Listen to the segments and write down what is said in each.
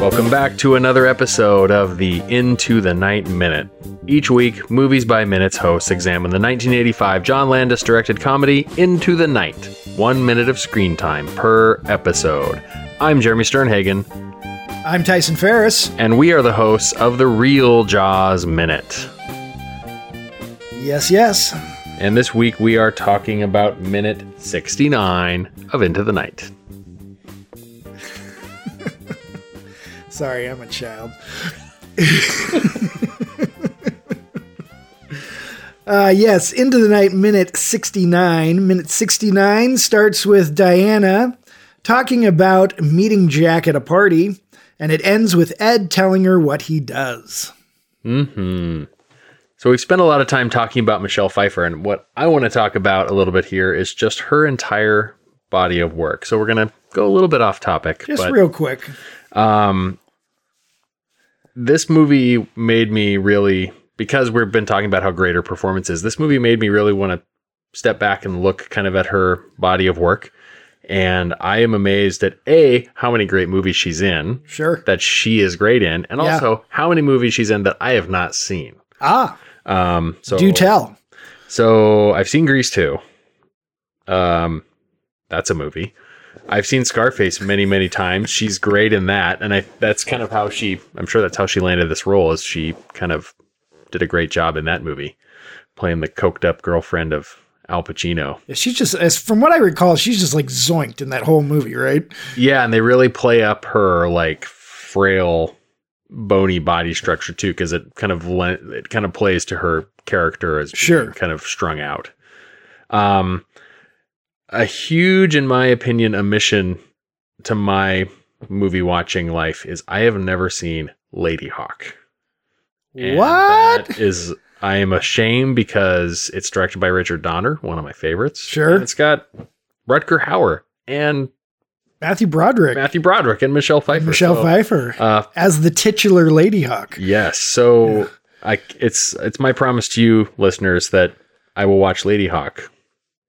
Welcome back to another episode of the Into the Night Minute. Each week, Movies by Minutes hosts examine the 1985 John Landis directed comedy Into the Night, one minute of screen time per episode. I'm Jeremy Sternhagen, I'm Tyson Ferris. and we are the hosts of the Real Jaws Minute. Yes, yes. And this week we are talking about minute 69 of Into the Night. Sorry, I'm a child. uh, yes, into the night, minute 69. Minute 69 starts with Diana talking about meeting Jack at a party, and it ends with Ed telling her what he does. So we've spent a lot of time talking about Michelle Pfeiffer, and what I want to talk about a little bit here is just her entire body of work. So we're gonna go a little bit off topic, Just but real quick. this movie made me really because we've been talking about how great her performance is. This movie made me really want to step back and look kind of at her body of work, and I am amazed at a how many great movies she's in. Sure. that she is great in, and Yeah. also how many movies she's in that I have not seen. Ah, Um, so do tell. So I've seen Grease two. Um, that's a movie. I've seen Scarface many, many times. She's great in that, and I that's kind of how she. I'm sure that's how she landed this role. Is she kind of did a great job in that movie, playing the coked up girlfriend of Al Pacino. She's just, as from what I recall, she's just like zoinked in that whole movie, right? Yeah, and they really play up her like frail, bony body structure too, because it kind of le- it kind of plays to her character as being Sure. kind of strung out. Um, a huge, in my opinion, omission to my movie watching life is I have never seen Lady Hawk. And what? That is I am ashamed because it's directed by Richard Donner, one of my favorites. Sure. And it's got Rutger Hauer and Matthew Broderick. Matthew Broderick and Michelle Pfeiffer. Michelle So, Pfeiffer. Uh, as the titular Lady Hawk. yes. So I, it's it's my promise to you, listeners, that I will watch Lady Hawk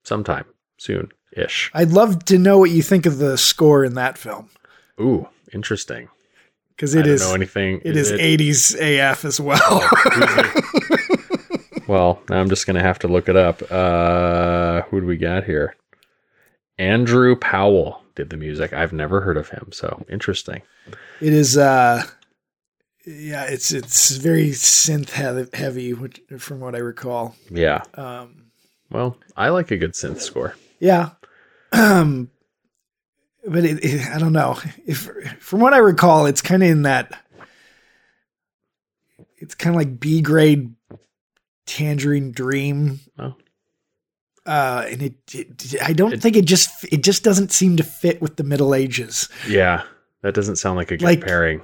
sometime soon ish. I'd love to know what you think of the score in that film Ooh, interesting. because I it don't is know anything. it is it- 80s AF as well. well, now I'm just gonna have to look it up. Uh, who do we got here? Andrew Powell did the music. I've never heard of him, so interesting. it is uh yeah, it's it's very synth he- heavy which, from what I recall. Yeah. Um Well, I like a good synth score. yeah. Um but it, it- I don't know. If from what I recall it's kind of in that it's kind of like B grade Tangerine Dream Oh, uh, and it, it I don't It- think it just it just doesn't seem to fit with the Middle Ages. yeah. That doesn't sound like a good Like- pairing.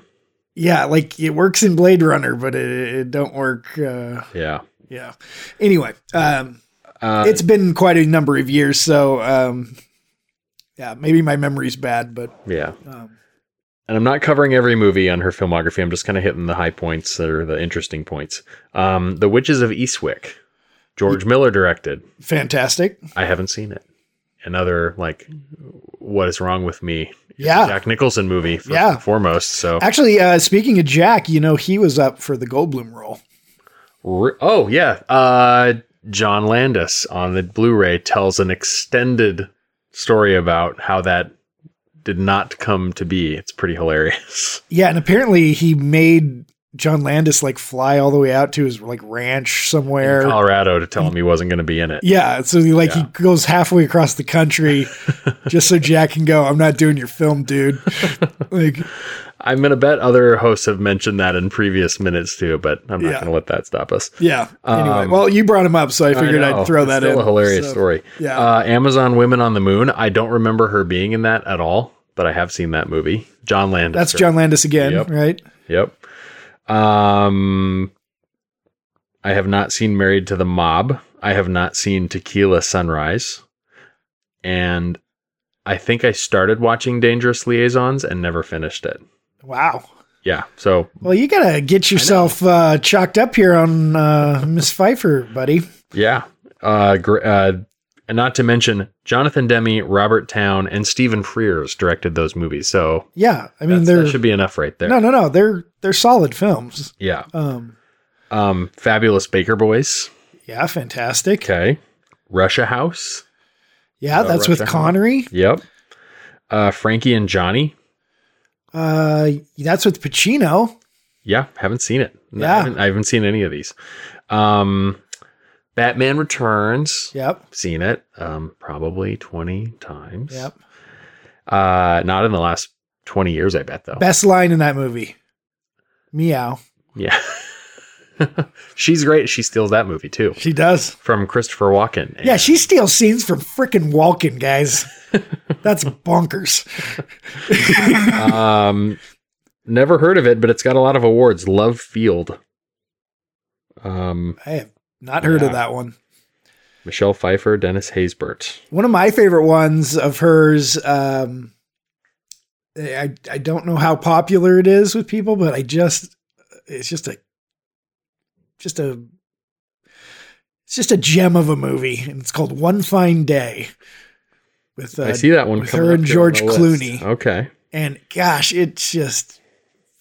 Yeah, like it works in Blade Runner, but it, it don't work. Uh, Yeah. yeah. Anyway, um, Uh, it's been quite a number of years, so um, yeah, maybe my memory's bad, but yeah. um, and I'm not covering every movie on her filmography. I'm just kind of hitting the high points that are the interesting points. Um, the Witches of Eastwick, George Miller directed. fantastic. I haven't seen it. Another like, what is wrong with me? Yeah. Jack Nicholson movie. First Yeah. and foremost. So, Actually, uh, speaking of Jack, you know he was up for the Goldblum role. Re- oh yeah, uh, John Landis on the Blu-ray tells an extended story about how that did not come to be. It's pretty hilarious. Yeah, and apparently he made John Landis like fly all the way out to his like ranch somewhere. Colorado to tell him he wasn't going to be in it. Yeah, so he, like Yeah. he goes halfway across the country just so Jack can go. I'm not doing your film, dude. like, I'm going to bet other hosts have mentioned that in previous minutes too, but I'm not Yeah. going to let that stop us. yeah. Anyway, Um, well, you brought him up, so I figured I I know, would throw it's that still in. a hilarious So, story. Yeah, Uh, Amazon Women on the Moon. I don't remember her being in that at all, but I have seen that movie. John Landis. that's John Landis again, Yep. right? Yep. Um, I have not seen Married to the Mob. I have not seen Tequila Sunrise, and I think I started watching Dangerous Liaisons and never finished it. Wow. yeah. So Well, you gotta get yourself uh, chalked up here on uh, Miss Pfeiffer, buddy. yeah, uh, gr- uh, and not to mention Jonathan Demme, Robert Town, and Stephen Frears directed those movies. So Yeah, I I mean, mean they're that should be enough right there. no, no, no. They're they're solid films. Yeah. Um, Um, Fabulous Baker Boys. yeah, fantastic. Okay. Russia House. Yeah, Uh, that's with Russia. Connery. Yep. Uh, Frankie and Johnny. Uh, that's with Pacino. Yeah, haven't seen it. No, Yeah. I haven't, I haven't seen any of these. Um, Batman Returns. Yep, Seen it um, probably 20 times. yep. Uh, not in the last 20 years, I bet, though. Best line in that movie. Meow. yeah. She's great. She steals that movie, too, She does. from Christopher Walken. And- Yeah, she steals scenes from frickin' Walken, guys. That's bonkers. um, never heard of it, but it's got a lot of awards. Love Field. Um, I have not heard of Yeah. that one. Michelle Pfeiffer, Dennis Haysbert. One of my favorite ones of hers. Um, I I don't know how popular it is with people, but I just it's just a just a it's just a gem of a movie, and it's called One Fine Day. With uh, I see that one. with coming her up and here on George the list. Clooney. Okay. And gosh, it's just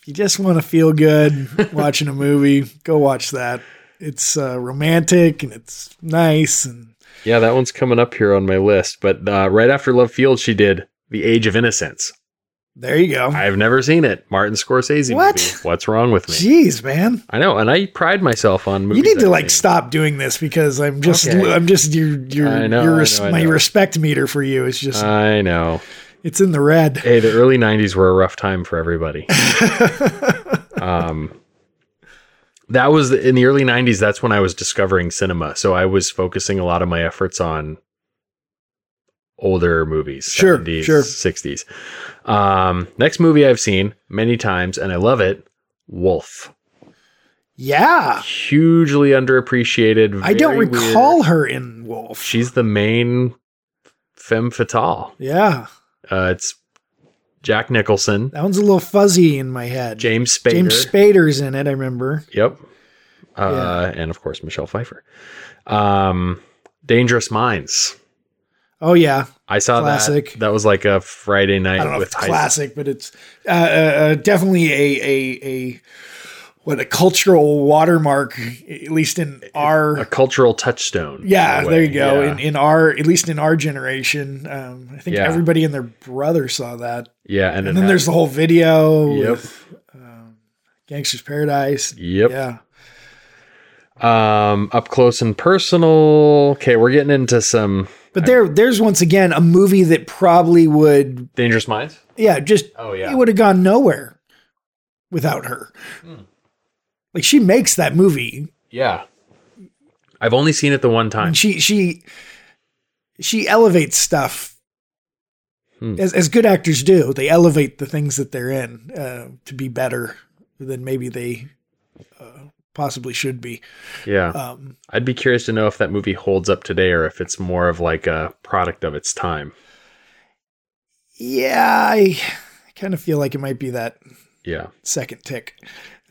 you just want to feel good watching a movie. Go watch that. It's uh, romantic and it's nice and Yeah, that one's coming up here on my list. But uh, right after Love Field, she did The Age of Innocence. there you go. I've never seen it. Martin Scorsese What? movie. What's wrong with me? Jeez, man. I know, and I pride myself on movies. You need to I've like seen. stop doing this because I'm just Okay. I'm just your your I know, your I res- know, I my know. Uh, respect meter for you is just I know. it's in the red. Hey, the early '90s were a rough time for everybody. um, that was in the early '90s. That's when I was discovering cinema, so I was focusing a lot of my efforts on older movies, Sure, 70s, sure. 60s. Um, next movie I've seen many times, and I love it. Wolf, yeah. hugely underappreciated. I don't very weird. recall her in Wolf. She's the main femme fatale. yeah. Uh, it's Jack Nicholson, That one's a little fuzzy in my head. James Spader. James Spader's in it, I remember. Yep. Uh, And of course, Michelle Pfeiffer. Um, Dangerous Minds. Oh yeah. I saw Classic. that. That was like a Friday night I don't know if with it's high- classic, but it's uh, uh, uh, definitely a a a what a cultural watermark, at least in our a cultural touchstone. in yeah. a There way. you go. Yeah. In in our at least in our generation, um, I think Yeah. everybody and their brother saw that. Yeah, and, And, then there's the whole video. Yep. With, um, Gangster's Paradise. yep. Yeah. Um, up close and personal. Okay, we're getting into some But there, there's once again a movie that probably would, Dangerous Minds. yeah, just Oh yeah. it would have gone nowhere without her. Hmm. Like she makes that movie. yeah. I've only seen it the one time. and she she she elevates stuff Hmm. as as good actors do they elevate the things that they're in uh, to be better than maybe they uh, possibly should be Yeah. um, I'd be curious to know if that movie holds up today or if it's more of like a product of its time. yeah i, I kind of feel like it might be that Yeah. second tick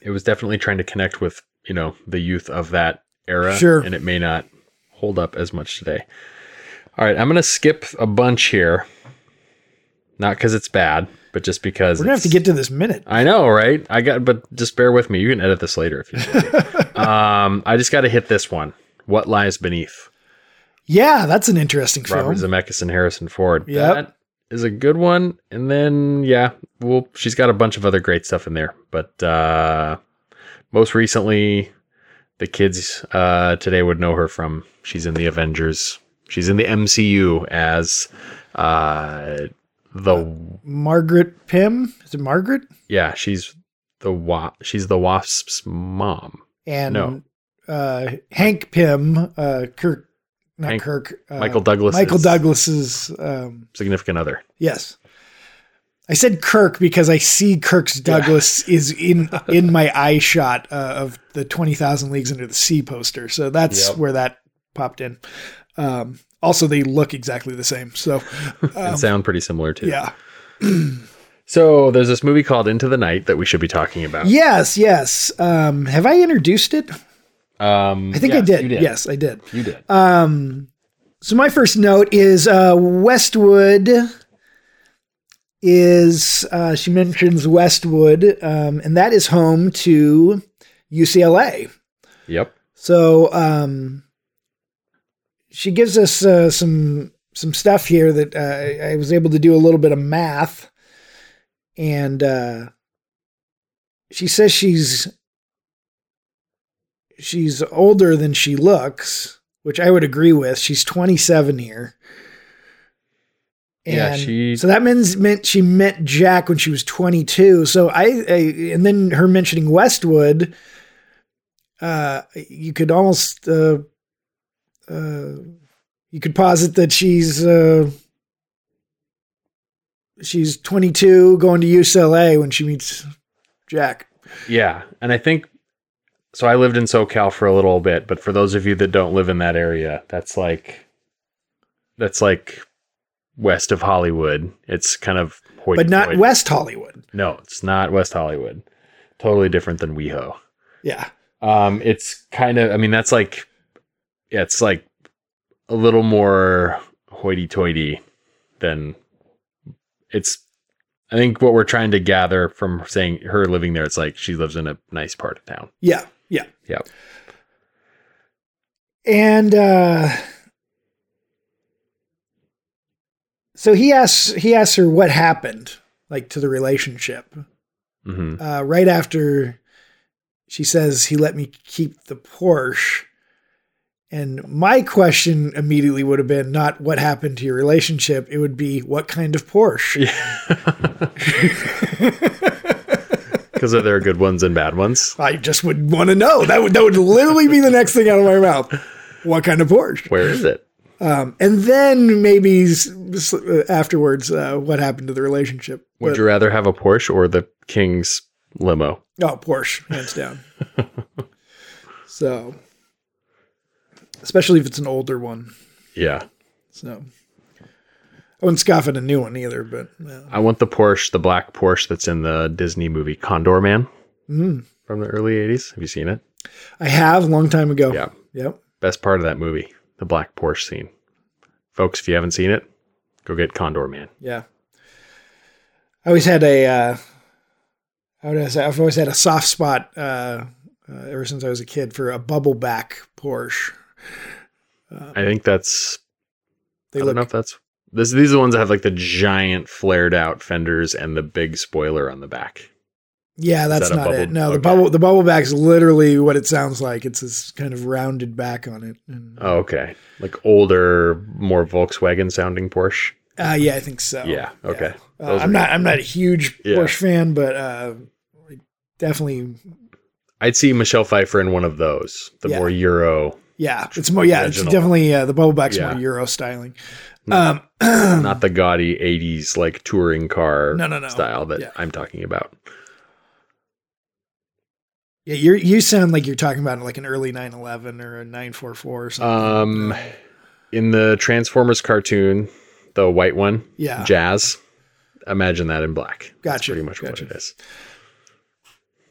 It was definitely trying to connect with, you know, the youth of that era. Sure. And it may not hold up as much today. All right. I'm going to skip a bunch here. Not because it's bad, but just because we're gonna have to it's- get to this minute I know, right? I got, but just bear with me. You can edit this later if you want. um, I just got to hit this one. What lies beneath? yeah that's an interesting Robert film Zemeckis and Harrison Ford. Yep. That is a good one. And then yeah, well, she's got a bunch of other great stuff in there. But uh most recently, the kids uh today would know her from she's in the Avengers. She's in the MCU as uh the margaret pym is it margaret yeah, she's the wa- she's the wasp's mom. and No. uh, hank pym uh, kirk not Hank- kirk uh, Michael Douglas. Michael Douglas's um, significant other. yes. I said Kirk because I see Kirk's Douglas is in in my eye shot uh, of the Twenty Thousand Leagues Under the Sea poster, so that's Yep. where that popped in. Um, also, they look exactly the same, so and um, sound pretty similar too. yeah, So there's this movie called Into the Night that we should be talking about. Yes, yes. Um, have I introduced it? Um, I think I yes, did. you did. Yes, I did. you did. Um, So my first note is uh, Westwood is uh, she mentions Westwood, um, and that is home to UCLA. yep. So um, she gives us uh, some some stuff here that uh, I- I was able to do a little bit of math, and uh, she says she's she's older than she looks, which I would agree with. She's 27 here. Yeah, And she- So that means meant she met Jack when she was 22. So I, I and then her mentioning Westwood uh, you could almost uh, uh, you could posit that she's uh, she's 22 going to UCLA when she meets Jack. Yeah. And I think so. I lived in SoCal for a little bit, but for those of you that don't live in that area, that's like that's like west of Hollywood. It's kind of but not hoity-toity. West Hollywood. No, it's not West Hollywood. Totally different than WeHo. Yeah. Um, it's kind of. I mean, that's like yeah, it's like a little more hoity-toity than it's. I think what we're trying to gather from saying her living there, it's like she lives in a nice part of town. Yeah. Yeah. Yep. And uh so he asks he asks her what happened like to the relationship. hmm uh, right after she says he let me keep the Porsche. And my question immediately would have been not what happened to your relationship. It would be what kind of Porsche. Yeah. Because there are good ones and bad ones. I just would want to know. That would that would literally be the next thing out of my mouth. What kind of Porsche? Where is it? Um, and then maybe s- s- afterwards, uh, what happened to the relationship? Would you rather have a Porsche or the King's limo? Oh, Porsche, hands down. so, especially if it's an older one. Yeah. So I wouldn't scoff at a new one either, but uh, I want the Porsche, the black Porsche that's in the Disney movie Condor Man mm. from the early 80s. Have you seen it? I have a long time ago. Yeah. Yep. Best part of that movie, the black Porsche scene. Folks, if you haven't seen it, go get Condor Man. Yeah. I always had a, uh, I would say I've always had a soft spot uh, uh, ever since I was a kid for a bubble back Porsche. Uh, I think that's, They I don't look know if that's, this, these are the ones that have like the giant flared out fenders and the big spoiler on the back. Yeah, that's that a not bubble- it. No, the okay. bubble the bubble back's literally what it sounds like. It's this kind of rounded back on it. And, Oh, okay. Like older, more Volkswagen sounding Porsche. uh, yeah, I think so. Oh. Yeah. Okay. Uh, Those I'm are- not I'm not a huge Yeah. Porsche fan, but uh, I definitely I'd see Michelle Pfeiffer in one of those, the Yeah. more Euro, Yeah, it's more. Yeah, it's Original. definitely uh, the bubble back's Yeah. more Euro styling. No. Um, not the gaudy 80s like touring car No, no, no. style that Yeah. I'm talking about. yeah, you you sound like you're talking about like an early 911 or a 944 or something. Um, in the Transformers cartoon, the white one, yeah, Jazz, imagine that in black. That's Gotcha, pretty much gotcha. what it is.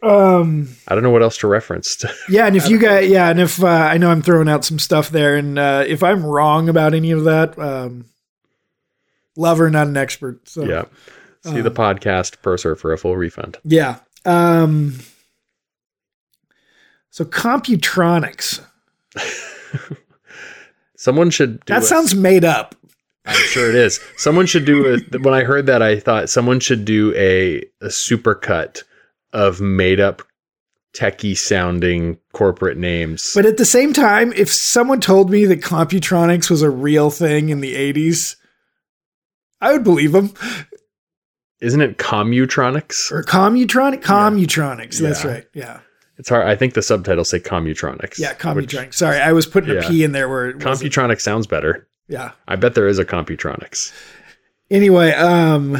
um, I don't know what else to reference. yeah, and if you guys, yeah, and if uh, I know I'm throwing out some stuff there, and uh, if I'm wrong about any of that, um, lover, not an expert. So yeah. See uh, the podcast Pro Surfer, a full refund. yeah. Um, so Computronics. Someone should do That a- sounds made up. I'm sure it is. Someone should do a, when I heard that I thought someone should do a a supercut of made up techie sounding corporate names. But at the same time, if someone told me that Computronics was a real thing in the 80s, I would believe them. Isn't it Commutronics? Or Commutronic? Commutronics. That's Yeah. right. Yeah. It's hard. I think the subtitles say Commutronics. Yeah. which- Commutronics. Sorry. I was putting Yeah. a P in there where it wasn't. Computronics sounds better. Yeah. I bet there is a Computronics. Anyway, um,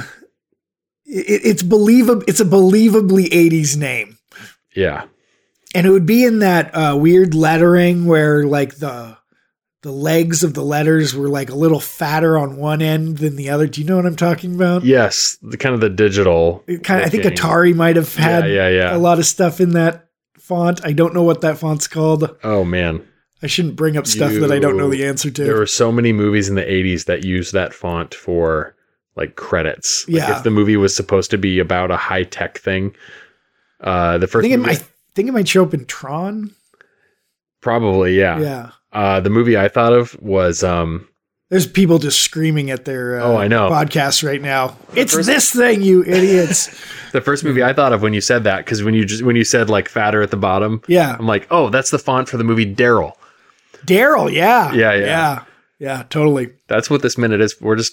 it, it's believable. It's a believably 80s name. Yeah. And it would be in that uh, weird lettering where like the the legs of the letters were like a little fatter on one end than the other. Do you know what I'm talking about? Yes, the kind of the digital. It kind of, I think looking. Atari might have had yeah, yeah, yeah. a lot of stuff in that font. I don't know what that font's called. Oh man, I shouldn't bring up stuff that I don't know the answer there to. were so many movies in the '80s that used that font for like credits. Like Yeah. if the movie was supposed to be about a high tech thing, uh, the I first think it movie- might, I think it might show up in Tron. probably yeah. Yeah. Uh, the movie I thought of was um, There's people just screaming at their uh, Oh, I know. podcast right now. It's first- this thing, you idiots. the first movie I thought of when you said that because when you just when you said like fatter at the bottom, yeah. I'm like, oh, that's the font for the movie Daryl. Daryl, yeah. Yeah, yeah. Yeah. Yeah, totally. That's what this minute is. We're just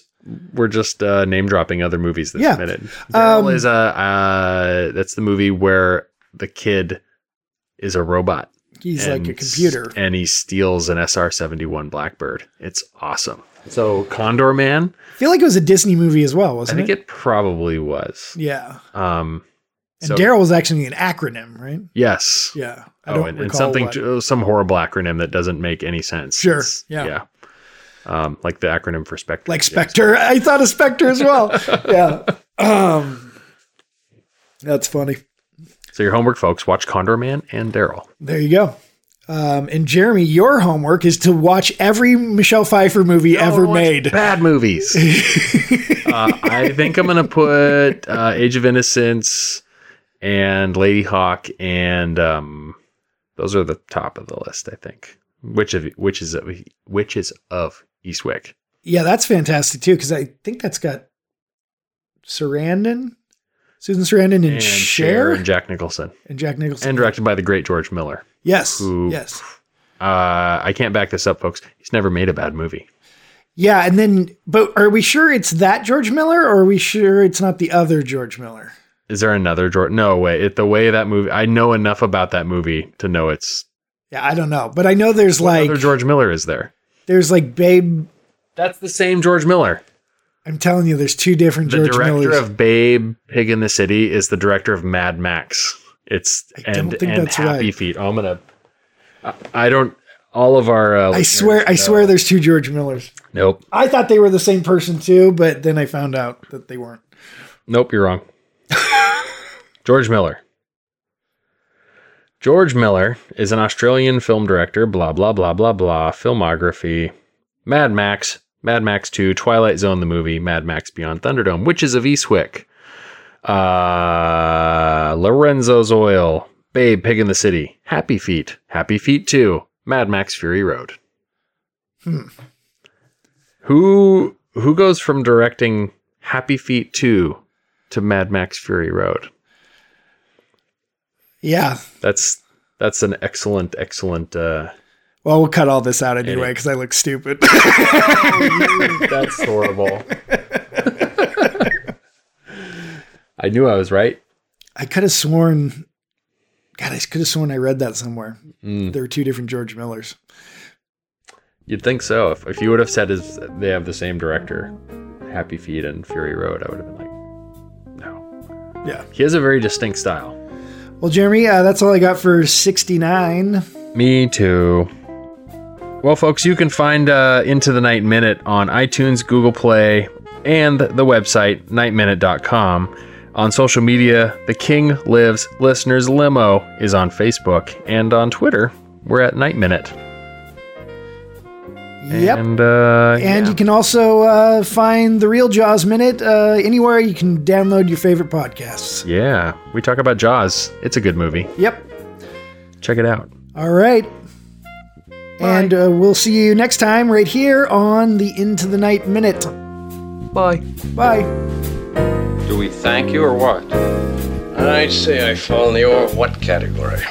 we're just uh, name dropping other movies this Yeah. minute. Daryl Um, is a uh, that's the movie where the kid is a robot. He's and- like a computer. and he steals an SR seventy one Blackbird. It's awesome. So Condor Man, I feel like it was a Disney movie as well, I wasn't think it probably was. Yeah. Um, And so- Daryl was actually an acronym, right? yes. Yeah. I Oh, and, and recall something what. oh, some horrible acronym that doesn't make any sense. Sure, It's- yeah. Yeah. Um, like the acronym for Spectre. like Yeah. Spectre. I thought of Spectre as well. yeah. Um, that's funny. So your homework, folks, watch Condor Man and Daryl. There you go. Um, and Jeremy, your homework is to watch every Michelle Pfeiffer movie ever made. Bad movies. uh, I think I'm gonna put uh, Age of Innocence and Lady Hawk, and um, those are the top of the list. I think. Which of which is of which is of Eastwick? Yeah, that's fantastic too because I think that's got Sarandon, Susan Sarandon, and, Cher, and Jack Nicholson, and Jack Nicholson. and directed by the great George Miller. yes, who- yes, Uh, I can't back this up, folks. He's never made a bad movie. yeah. And then, but are we sure it's that George Miller, or are we sure it's not the other George Miller? Is there another George? No way. It the way that movie. I know enough about that movie to know it's Yeah, I don't know, but I know there's like another George Miller is there. there's like Babe That's the same George Miller. I'm telling you, there's two different The George director Millers. of Babe, Pig in the City is the director of Mad Max. It's I don't and think and that's Happy right. Feet. Oh, I'm gonna. I, I don't. All of our. Uh, I swear, I swear, there's two George Millers. Nope. I thought they were the same person too, but then I found out that they weren't. Nope. You're wrong. George Miller. George Miller is an Australian film director. Blah blah blah blah blah. Filmography: Mad Max, Mad Max Two, Twilight Zone the movie, Mad Max Beyond Thunderdome, Witches of Eastwick, uh, Lorenzo's Oil, Babe, Pig in the City, Happy Feet, Happy Feet Two, Mad Max Fury Road. Hmm. Who who goes from directing Happy Feet Two to Mad Max Fury Road? Yeah. That's that's an excellent, excellent. Uh, Well, we'll cut all this out anyway because I look stupid. that's horrible. I knew I was right. I could have sworn. God, I could have sworn I read that somewhere. Mm. There were two different George Millers. You'd think so. If, if you would have said is they have the same director, Happy Feet and Fury Road, I would have been like, no. Yeah. He has a very distinct style. Well, Jeremy, uh, that's all I got for 69. Me too. Well, folks, you can find uh, Into the Night Minute on iTunes, Google Play, and the website, nightminute.com. On social media, The King Lives Listeners Limo is on Facebook, and on Twitter, we're at Night Minute. Yep. And, uh, And yeah. you can also uh, find the Real Jaws Minute uh, anywhere you can download your favorite podcasts. yeah, we talk about Jaws. It's a good movie. Yep. Check it out. All right. And uh, we'll see you next time right here on the Into the Night Minute. Bye. Bye. Do we thank you or what? I'd say I fall in the or what category.